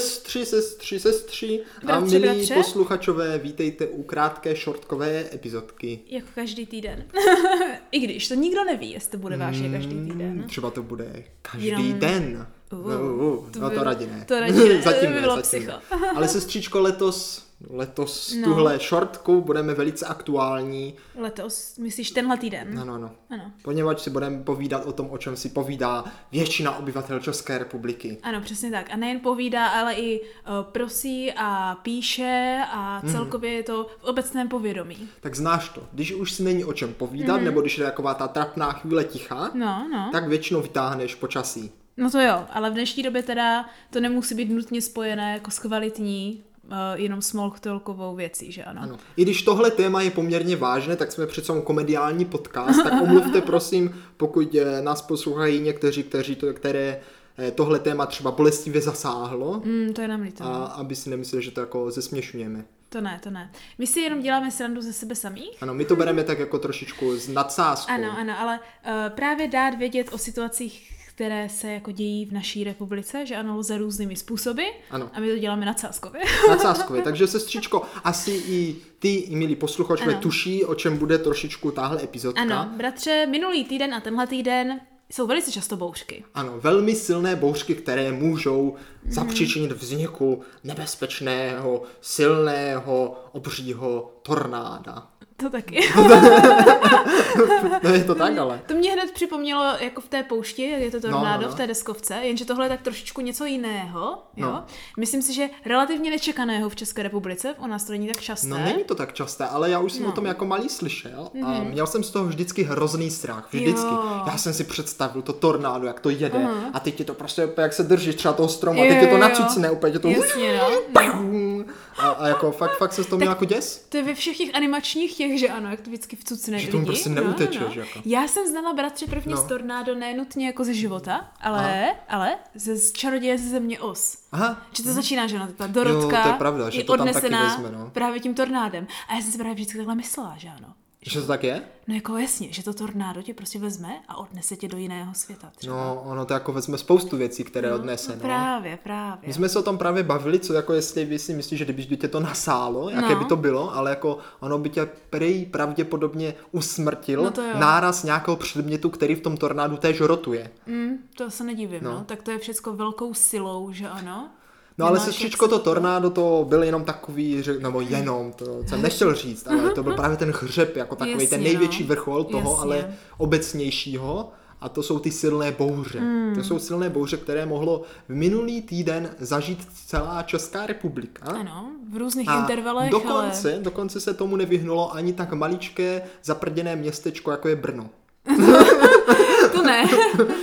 Sestři, sestři, sestři a Bratři, milí bratře? posluchačové, vítejte u krátké šortkové epizodky. Jako každý týden. I když to nikdo neví, jestli to bude vážně každý týden. Mm, Třeba to bude každý Jenom- den. Uh, no, uh, to no by- to radě ne. to radši ne, to zatím by ne, bylo zatím ne. psycho. Ale sestřičko, letos, letos No. tuhle šortku budeme velice aktuální. Letos, myslíš tenhle týden? Ano, ano. Ano. Poněvadž si budeme povídat o tom, o čem si povídá většina obyvatel České republiky. Ano, přesně tak. A nejen povídá, ale i eh, prosí a píše a Mhm. celkově je to v obecném povědomí. Tak znáš to. Když už si není o čem povídat, Mhm. mm-hmm. nebo když je taková ta trapná chvíle ticha, No, no. tak většinou vytáhneš počasí. No to jo, ale v dnešní době teda to nemusí být nutně spojené jako s kvalitní, eh, jenom small talkovou věcí, že ano? Ano. I když tohle téma je poměrně vážné, tak jsme přece jenom komediální podcast, tak omluvte prosím, pokud eh, nás poslouchají někteří, kteří to, které eh, tohle téma třeba bolestivě zasáhlo, Mm, to je nám líto. a aby si nemysleli, že to jako zesměšňujeme. To ne, to ne. My si jenom děláme srandu ze sebe samých. Ano, my to bereme tak jako trošičku s nadsázkou. Ano, ano, ale uh, právě dát vědět o situacích, které se jako dějí v naší republice, že ano, lze různými způsoby. Ano. A my to děláme na Cáskově. Nadsázkově. Takže sestřičko, asi i ty, i milí posluchačové, Ano. tuší, o čem bude trošičku tahle epizodka. Ano, bratře, minulý týden a tenhle týden jsou velice často bouřky. Ano, velmi silné bouřky, které můžou zapříčinit vzniku nebezpečného, silného, obřího tornáda. To taky. No je to tak, ale. to mě hned připomnělo jako v té poušti, jak je to tornádo, no, no. v té deskovce, jenže tohle je tak trošičku něco jiného. Jo? No. Myslím si, že relativně nečekaného v České republice, u nás to není tak časté. No není to tak časté, ale já už jsem No. Mhm. o tom jako malý slyšel a měl jsem z toho vždycky hrozný strach. Vždycky. Jo. Já jsem si představil to tornádo, jak to jede Aha. a teď je to prostě úplně, jak se držíš třeba toho stromu a Jo, teď je jo, to jo. nacucne, úplně tě to... Jasně, no. Bum! A, a jako fakt, fakt jsem z toho měl jako děs. To je ve všech těch animačních těch, že ano, jak to vždycky vcucne Že tomu lidi. No, prostě neutečeš, jako. Já jsem znala bratře první No. no. z Tornádo nenutně jako ze života, ale, ale ze z čaroděje ze země os. Aha, Že to začíná, že ona ta Dorotka Mhm. Jo, to je pravda, že je to tam taky odnesená vezme, no. právě tím tornádem. A já jsem si právě vždycky takhle myslela, že ano. že to tak je? No jako jasně, že to tornádo tě prostě vezme a odnese tě do jiného světa třeba. No, ono to jako vezme spoustu věcí, které odnese. no No. právě, právě. My jsme se o tom právě bavili, co jako jestli by si myslíš, že kdyby by tě to nasálo, jaké No. by to bylo, ale jako ono by tě prej pravděpodobně usmrtil No to jo. náraz nějakého předmětu, který v tom tornádu též rotuje. Mm, to se nedivím, No. no. no. Tak to je všecko velkou silou, že ano. No ale Nemáš jak sestřičko, se- to tornádo to byl jenom takový, řek- nebo jenom, to jsem nechtěl říct, ale to byl právě ten hřeb, jako takový Mhm. Jasně, ten no. největší vrchol toho, Jasně. ale obecnějšího. A to jsou ty silné bouře. Hmm. Mm. To jsou silné bouře, které mohlo v minulý týden zažít celá Česká republika. Ano, v různých A intervalech, ale... dokonce, dokonce se tomu nevyhnulo ani tak maličké zaprděné městečko, jako je Brno. To ne.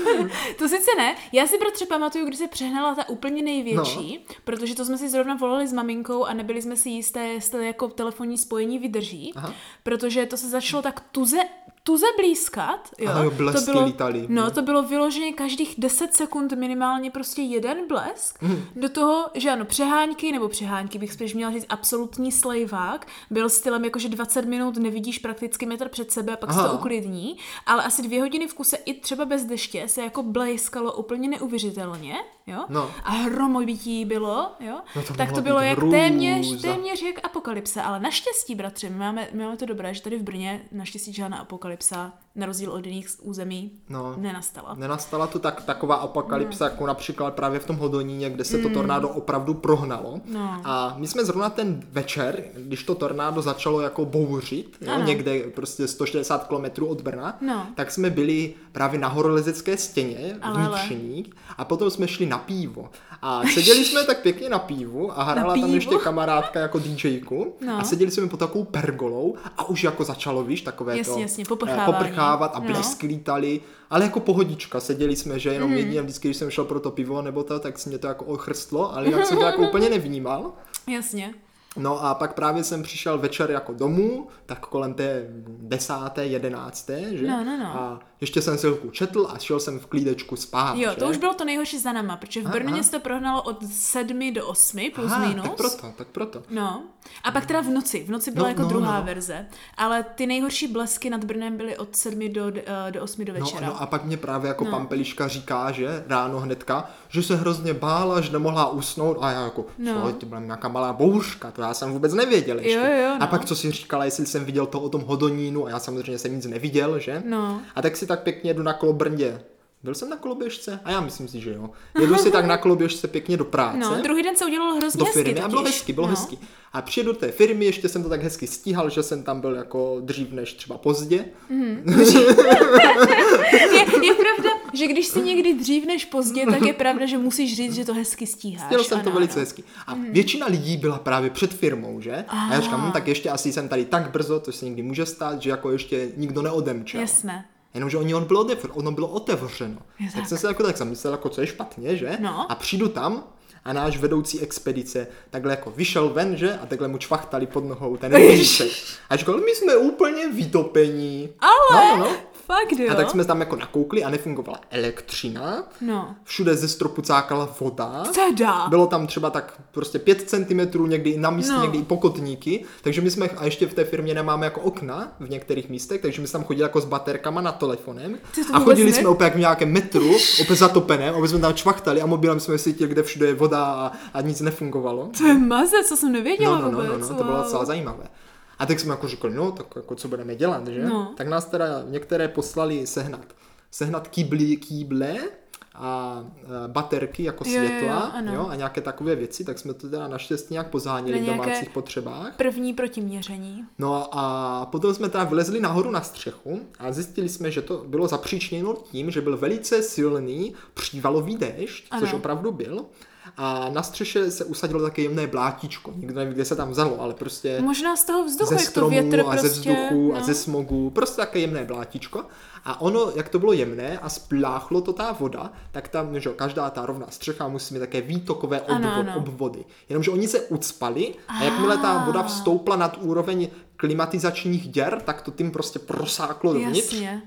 to sice ne. Já si bratře pamatuju, kdy se přehnala ta úplně největší, no. protože to jsme si zrovna volali s maminkou a nebyli jsme si jisté, jestli jako telefonní spojení vydrží, Aha. protože to se začalo tak tuze, tuze blízkat. Jo. Aha, jo, blesky to bylo, lítaly. Mhm. No, to bylo vyloženě každých 10 sekund minimálně prostě jeden blesk. Mhm. Do toho, že ano, přehánky, nebo přehánky bych spíš měla říct, absolutní slejvák, byl stylem jako, že 20 minut nevidíš prakticky metr před sebe a pak se Aha. to uklidní, ale asi dvě hodiny v kuse i třeba bez deště se jako blejskalo úplně neuvěřitelně, jo? No. A hromobití bylo, jo? No to tak mohla to bylo být jak hrůza. téměř, téměř jak apokalypsa, ale naštěstí, bratři, my máme, my máme to dobré, že tady v Brně naštěstí žádná apokalypsa, na rozdíl od jiných území, No. nenastala. Nenastala tu tak, taková apokalypsa, Hmm. jako například právě v tom Hodoníně, kde se to tornádo opravdu prohnalo. No. A my jsme zrovna ten večer, když to tornádo začalo jako bouřit, jo, Ano. někde prostě 160 km od Brna, No. tak jsme byli právě na horolezecké stěně, Ale, ale. vnitřní, a potom jsme šli na pivo. A seděli jsme tak pěkně na pivu a hrála tam pivu? ještě kamarádka jako DJku No. a seděli jsme pod takovou pergolou a už jako začalo, víš, takové to Jasně, jasně, eh, poprchávání. poprchávat a No. blesk sklítali, ale jako pohodička, seděli jsme, že Mhm. jenom mm. jedině vždycky, když jsem šel pro to pivo nebo to, tak se mě to jako ochrstlo, ale jinak jsem to jako úplně nevnímal. Jasně. No a pak právě jsem přišel večer jako domů, tak kolem té desáté, jedenácté, že? No, no, no. A ještě jsem silku četl a šel jsem v klídečku spát. Jo, že? to už bylo to nejhorší za náma, protože v Aha. Brně jste prohnalo od 7 do 8 plus Aha, minus. tak proto, tak proto. No, a pak teda v noci. V noci byla No, jako no, druhá no. verze, ale ty nejhorší blesky nad Brnem byly od 7 do, eh, do 8 do No, večera. no a pak mě právě jako No. no. pampeliška říká, že ráno hnedka, že se hrozně bála, že nemohla usnout a já jako, No. no. to byla nějaká malá bouřka, to já jsem vůbec nevěděl ještě. jo, no. A pak co si říkala, jestli jsem viděl to o tom hodonínu a já samozřejmě jsem nic neviděl, že? No. A tak si tak pěkně jdu na kolobrndě. Byl jsem na koloběžce? A já myslím si, že jo. Jedu si tak na koloběžce pěkně do práce. No, druhý den se udělalo hrozně do hezky firmy a bylo totiž. hezky, bylo no. hezky. A přijedu do té firmy, ještě jsem to tak hezky stíhal, že jsem tam byl jako dřív než třeba pozdě. Je, je pravda, že když si někdy dřív než pozdě, tak je pravda, že musíš říct, že to hezky stíháš. Chtěl jsem Ano, to velice ano. Mhm. hezky. A většina lidí byla právě před firmou, že? A já říkám, Ah. hm, tak ještě asi jsem tady tak brzo, to se někdy může stát, že jako ještě nikdo neodemčel. Jasné. Jenomže oni on bylo otevřeno, ono bylo otevřeno. Je tak. tak. jsem se jako tak zamyslel, jako co je špatně, že? No. A přijdu tam a náš vedoucí expedice takhle jako vyšel ven, že? A takhle mu čvachtali pod nohou ten rybíček. A říkal, my jsme úplně vytopení. Ale- No, no, no. Fakt jo. A tak jsme tam jako nakoukli a nefungovala elektřina. No. Všude ze stropu cákala voda. Teda. Bylo tam třeba tak prostě 5 cm někdy i na místě, No. no. někdy i pokotníky, takže my jsme, a ještě v té firmě nemáme jako okna v některých místech, takže my jsme tam chodili jako s baterkama na telefonem Ty to a vůbec chodili ne- jsme opět jak v nějakém metru, opět zatopeném, aby jsme tam čvachtali a mobilem jsme sítili, kde všude je voda a, a nic nefungovalo. To je maze, co jsem nevěděla No, no, no, vůbec. no, no, to bylo wow. docela zajímavé. A tak jsme jako říkali, no, tak jako co budeme dělat, že? No. Tak nás teda některé poslali sehnat. Sehnat kýbly, kýble a e, baterky jako Jo, jo, jo, světla ano. a nějaké takové věci, tak jsme to teda naštěstí nějak pozáněli v Na nějaké- domácích potřebách. První protiměření. No a potom jsme teda vylezli nahoru na střechu a zjistili jsme, že to bylo zapříčněno tím, že byl velice silný přívalový déšť, Ano. což opravdu byl. A na střeše se usadilo také jemné blátičko. Nikdo neví, kde se tam vzalo, ale prostě Možná z toho vzduchu, ze jak to stromů větr a prostě. ze vzduchu no. a ze smogu, prostě také jemné blátičko. A ono, jak to bylo jemné a spláchlo to ta voda, tak tam, že jo, každá ta rovná střecha musí mít také výtokové obvod, Ano, ano. obvody. Jenomže oni se ucpali a jakmile Ah. ta voda vstoupla nad úroveň klimatizačních děr, tak to tím prostě prosáklo dovnitř. Jasně.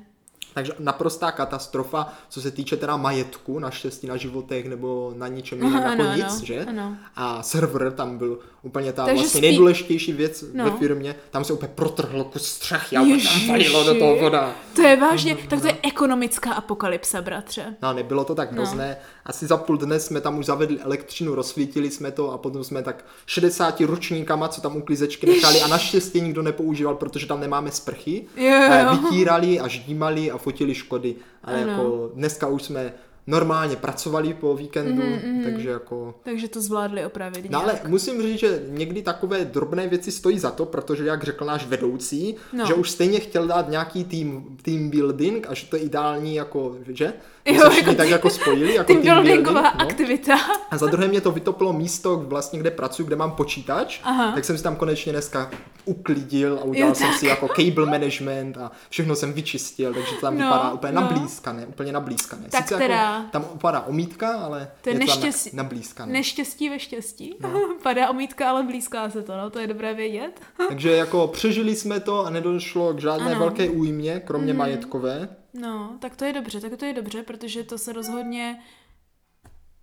Takže naprostá katastrofa, co se týče teda majetku, naštěstí na životech nebo na ničem jiném Aha, jako ano, nic, ano, že? ano. A server tam byl úplně ta Takže vlastně spí- nejdůležitější věc No. ve firmě, tam se úplně protrhlo kus střechy a úplně tam valilo do toho Ježiši. voda. To je vážně, tak to je ekonomická apokalypsa, bratře. No, nebylo to tak hrozné. Asi za půl dne jsme tam už zavedli elektřinu, rozsvítili jsme to a potom jsme tak 60 ručníkama, co tam uklízečky nechali a naštěstí nikdo nepoužíval, protože tam nemáme sprchy. Jo, jo, Eh, jo. Vytírali a ždímali a fotili škody. Ale Ano. jako dneska už jsme normálně pracovali po víkendu, Mhm, takže jako... Takže to zvládli opravit. No nějak. ale musím říct, že někdy takové drobné věci stojí za to, protože jak řekl náš vedoucí, No. no. že už stejně chtěl dát nějaký team, team building a že to je ideální, jako, že? Jo, Jo, se všichni jako tak jako spojili, jako Team team, building, buildingová no. aktivita. A za druhé mě to vytopilo místo, vlastně, kde pracuji, kde mám počítač, Aha. tak jsem si tam konečně dneska uklidil a udělal Jo, jsem tak. si jako cable management a všechno jsem vyčistil, takže to tam No, vypadá úplně no. nablízkané, úplně nablízkané. Tak Sice teda. jako tam opadá omítka, ale To je je to tam neštěstí- na- nablízkané. Neštěstí ve štěstí. No. Padá omítka, ale blízká se to, no, to je dobré vědět. Takže jako přežili jsme to a nedošlo k žádné Ano. Mhm. ano. velké újmě, kromě mm. majetkové. No, tak to je dobře, tak to je dobře, protože to se rozhodně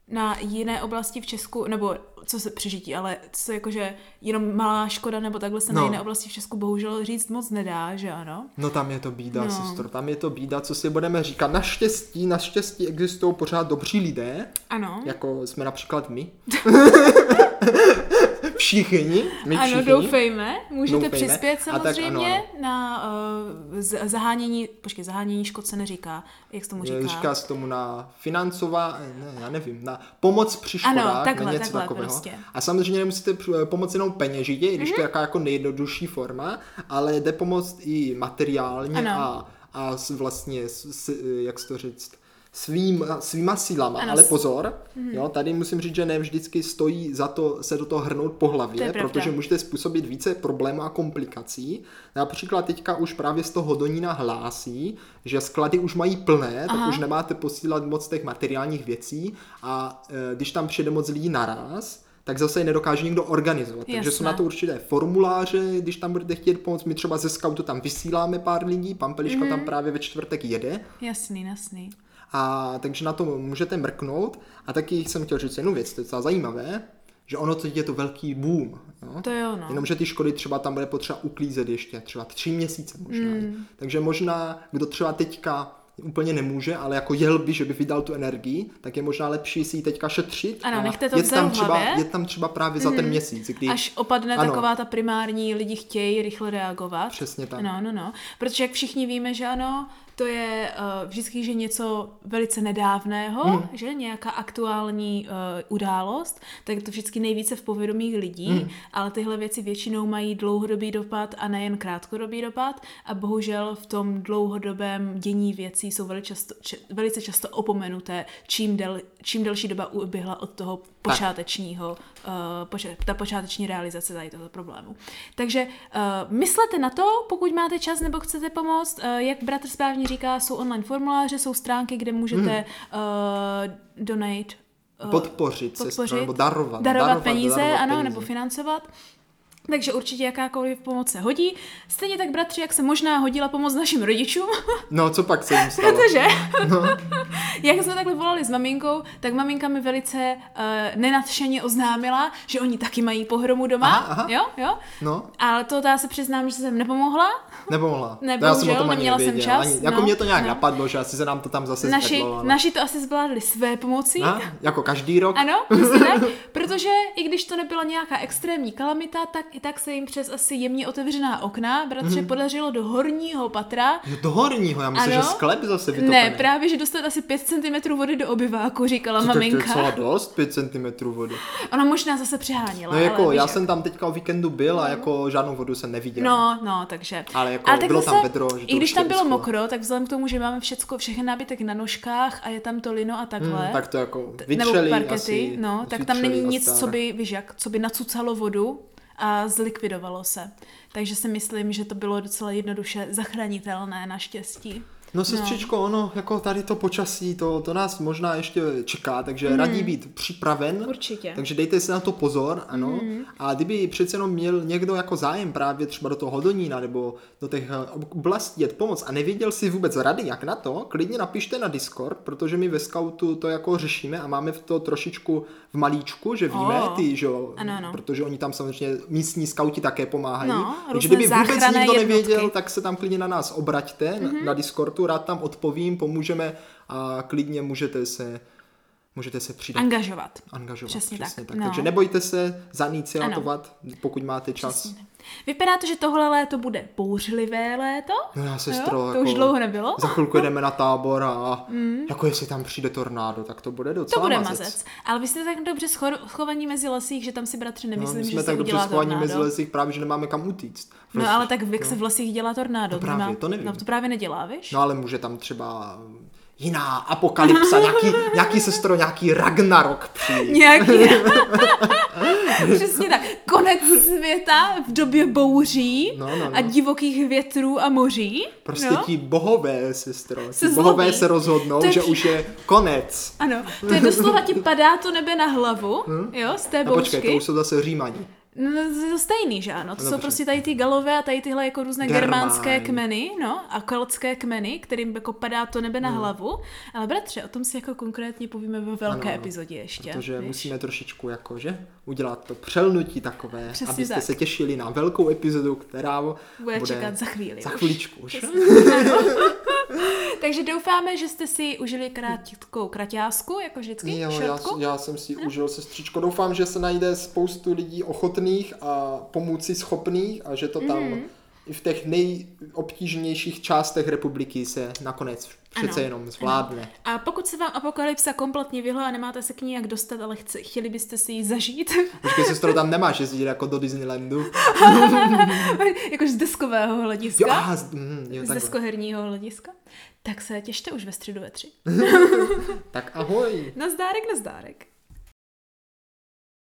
na jiné oblasti v Česku, nebo co se přežití, ale co jakože jenom malá škoda nebo takhle se na No. jiné oblasti v Česku bohužel říct moc nedá, že ano? No tam je to bída, No. no. sestro, tam je to bída, co si budeme říkat. Naštěstí, naštěstí existují pořád dobří lidé, Ano. jako jsme například my. všichni, my ano, všichni. doufejme. Můžete Doufejme. přispět A tak ano, samozřejmě na uh, z- zahánění, počkej, zahánění škod se neříká, jak se tomu říká? Eh, Říká se tomu na financová, eh, ne, já nevím, na pomoc při Ano, škodách, takhle, na něco takhle takového. prostě. Mhm. A samozřejmě nemusíte při- pomoct jenom peněžitě, i když mm-hmm. to je jaká jako nejjednodušší forma, ale jde pomoct i materiálně Ano. a, a s, vlastně, s, s, jak se to říct, svým, svýma sílama, Ano, ale s- Mhm. pozor, mm-hmm. jo, tady musím říct, že ne vždycky stojí za to se do toho hrnout po To hlavě, je pravda. protože můžete způsobit více problémů a komplikací. Například teďka už právě z toho Hodonína hlásí, že sklady už mají plné, tak Aha. už nemáte posílat moc těch materiálních věcí a e, když tam přijede moc lidí naraz, tak zase je nedokáže nikdo organizovat. Jasné. Takže Jasné. jsou na to určité formuláře, když tam budete chtět pomoct. My třeba ze scoutu tam vysíláme pár lidí, Pampeliška Mhm. mm tam právě ve čtvrtek jede, Jasný, jasný. a takže na to můžete mrknout. A taky jsem chtěl říct jednu věc, to je docela zajímavé, že ono teď je to velký boom. Jo? To jo, no. Jenomže ty školy třeba tam bude potřeba uklízet ještě třeba tři měsíce možná. Hmm. Mm. Takže možná, kdo třeba teďka úplně nemůže, ale jako jel by, že by vydal tu energii, tak je možná lepší si ji teďka šetřit. Ano, a nechte to jet v té tam třeba, hlavě. jet tam třeba právě za ten měsíc, kdy Až opadne Ano. ano. taková ta primární, lidi chtějí rychle reagovat. Přesně tak. No, no, no. Protože jak všichni víme, že ano, to je uh, vždycky, že něco velice nedávného, hmm. že nějaká aktuální uh, událost, tak je to vždycky nejvíce v povědomí lidí, hmm. ale tyhle věci většinou mají dlouhodobý dopad a nejen krátkodobý dopad a bohužel v tom dlouhodobém dění věcí jsou velice často, če, velice často opomenuté, čím, del, čím delší doba uběhla od toho počátečního, uh, poča- ta počáteční realizace tady tohoto problému. Takže uh, myslete na to, pokud máte čas nebo chcete pomoct. Uh, jak bratr správně říká, jsou online formuláře, jsou stránky, kde můžete uh, donate, uh, podpořit, sestru, nebo darovat. darovat, peníze, ano, nebo financovat. Takže určitě jakákoliv pomoc se hodí. Stejně tak, bratři, jak se možná hodila pomoc našim rodičům, No, co pak se jim stalo? Protože No. jak jsme takhle volali s maminkou, tak maminka mi velice uh, nenadšeně oznámila, že oni taky mají pohromu doma. Aha, aha. Jo, jo. No, Ale to já se přiznám, že jsem nepomohla. nemohla. Ne, To No, já jsem o bohužel, tom ani neměla jsem nevěděl. čas, Ani, jako no, mě to nějak no. napadlo, že asi se nám to tam zase Naši, zvedlo, ale- naši to asi zvládli své pomocí. A, jako každý rok. Ano, přesně tak, protože i když to nebyla nějaká extrémní kalamita, tak i tak se jim přes asi jemně otevřená okna Mhm. bratře podařilo do horního patra Jo, Do horního, já myslím, Ano. že sklep zase vytopený. ne, právě, že dostat asi 5 cm vody do obyváku, říkala To- to- To je maminka. docela dost, 5 cm vody. Ona možná zase přehánila. No jako, ale já víš, jsem tam teďka o víkendu byl a jako žádnou vodu jsem neviděl. No, no, takže. Ale jako bylo tam vedro, že to I když už tam je bylo vyschlo. mokro, tak vzhledem k tomu, že máme všecko, všechny nábytek na nožkách a je tam to lino a takhle. Hmm, tak to jako nebo vytřeli parkety, asi. no, tak tam vytřeli není a nic, tak. co by, víš jak, co by nacucalo vodu a zlikvidovalo se. Takže si myslím, že to bylo docela jednoduše zachránitelné naštěstí. No sestřičko, no. ono, jako tady to počasí, to, to nás možná ještě čeká, takže hmm. radí být připraven. Určitě. Takže dejte si na to pozor, ano. Hmm. A kdyby přece jenom měl někdo jako zájem právě třeba do toho Hodonína nebo do těch eh, ob- oblastí jet pomoc a nevěděl si vůbec rady, jak na to, klidně napište na Discord, protože my ve Scoutu to jako řešíme a máme v to trošičku v malíčku, že víme Oh. ty, že jo, Ano, ano. protože oni tam samozřejmě místní skauti také pomáhají. No, takže různé kdyby vůbec záchranné nikdo nevěděl, jednotky. Mhm. tak se tam klidně na nás obraťte mm-hmm. na Discordu, rád tam odpovím, pomůžeme a klidně můžete se můžete se přidat, Angažovat. angažovat. přesně tak, tak. no. Takže nebojte se zainiciatovat, pokud máte čas. Přesně. Vypadá to, že tohle léto bude bouřlivé léto. No já sestro, jo? To jako, už dlouho nebylo. Za chvilku jedeme na tábor a mm. jako jestli tam přijde tornádo, tak to bude docela To bude mazec. mazec. Ale vy jste tak dobře scho- schovaní mezi lesích, že tam si bratře No, nemyslím, my že jsme se tak dobře udělá schovaní tornádo. mezi lesích, právě že nemáme kam utíct. V No lesích. ale tak jak se v lesích dělá tornádo? No právě, Prostě, to nevím. No to právě nedělá, víš? No ale může tam třeba eh, jiná apokalypsa, nějaký, nějaký sestro, nějaký Ragnarok přijít. Nějaký... Přesně tak. Konec světa v době bouří No, no, no. a divokých větrů a moří. Prostě no. ti bohové, sestro, ti Se bohové zlobí. se rozhodnou, To je že při- už je konec. Ano, to je doslova ti padá to nebe na hlavu, jo, z té No. A počkej, to bouřky. už jsou zase římaní. No, to je to stejný, že ano. To No, jsou dobře. prostě tady ty galové a tady tyhle jako různé Germáni. germánské kmeny, no, a keltské kmeny, kterým jako padá to nebe Hmm. na hlavu. Ale bratře, o tom si jako konkrétně povíme ve velké Ano, ano. epizodě ještě. Protože víš. musíme trošičku jakože udělat to přelnutí takové, Přesně abyste tak. se těšili na velkou epizodu, která Bude čekat za chvíli Za už. chvíličku už. Takže doufáme, že jste si užili krátkou kraťásku, jako vždycky, Jo, já, šortku. já jsem si užil sestřičko. Doufám, že se najde spoustu lidí ochotných a pomoci schopných a že to tam Mhm. i v těch nejobtížnějších částech republiky se nakonec přece Ano, jenom zvládne. A pokud se vám apokalypsa kompletně vyhla a nemáte se k ní jak dostat, ale chci, chtěli byste si ji zažít, Počkej, sestro, tam nemáš jezdit jako do Disneylandu. jakož z deskového Jo, hlediska, aha, z, mm, jo, z takhle. deskoherního hlediska, tak se těšte už ve středu ve tři. Tak ahoj. Nazdárek, nazdárek.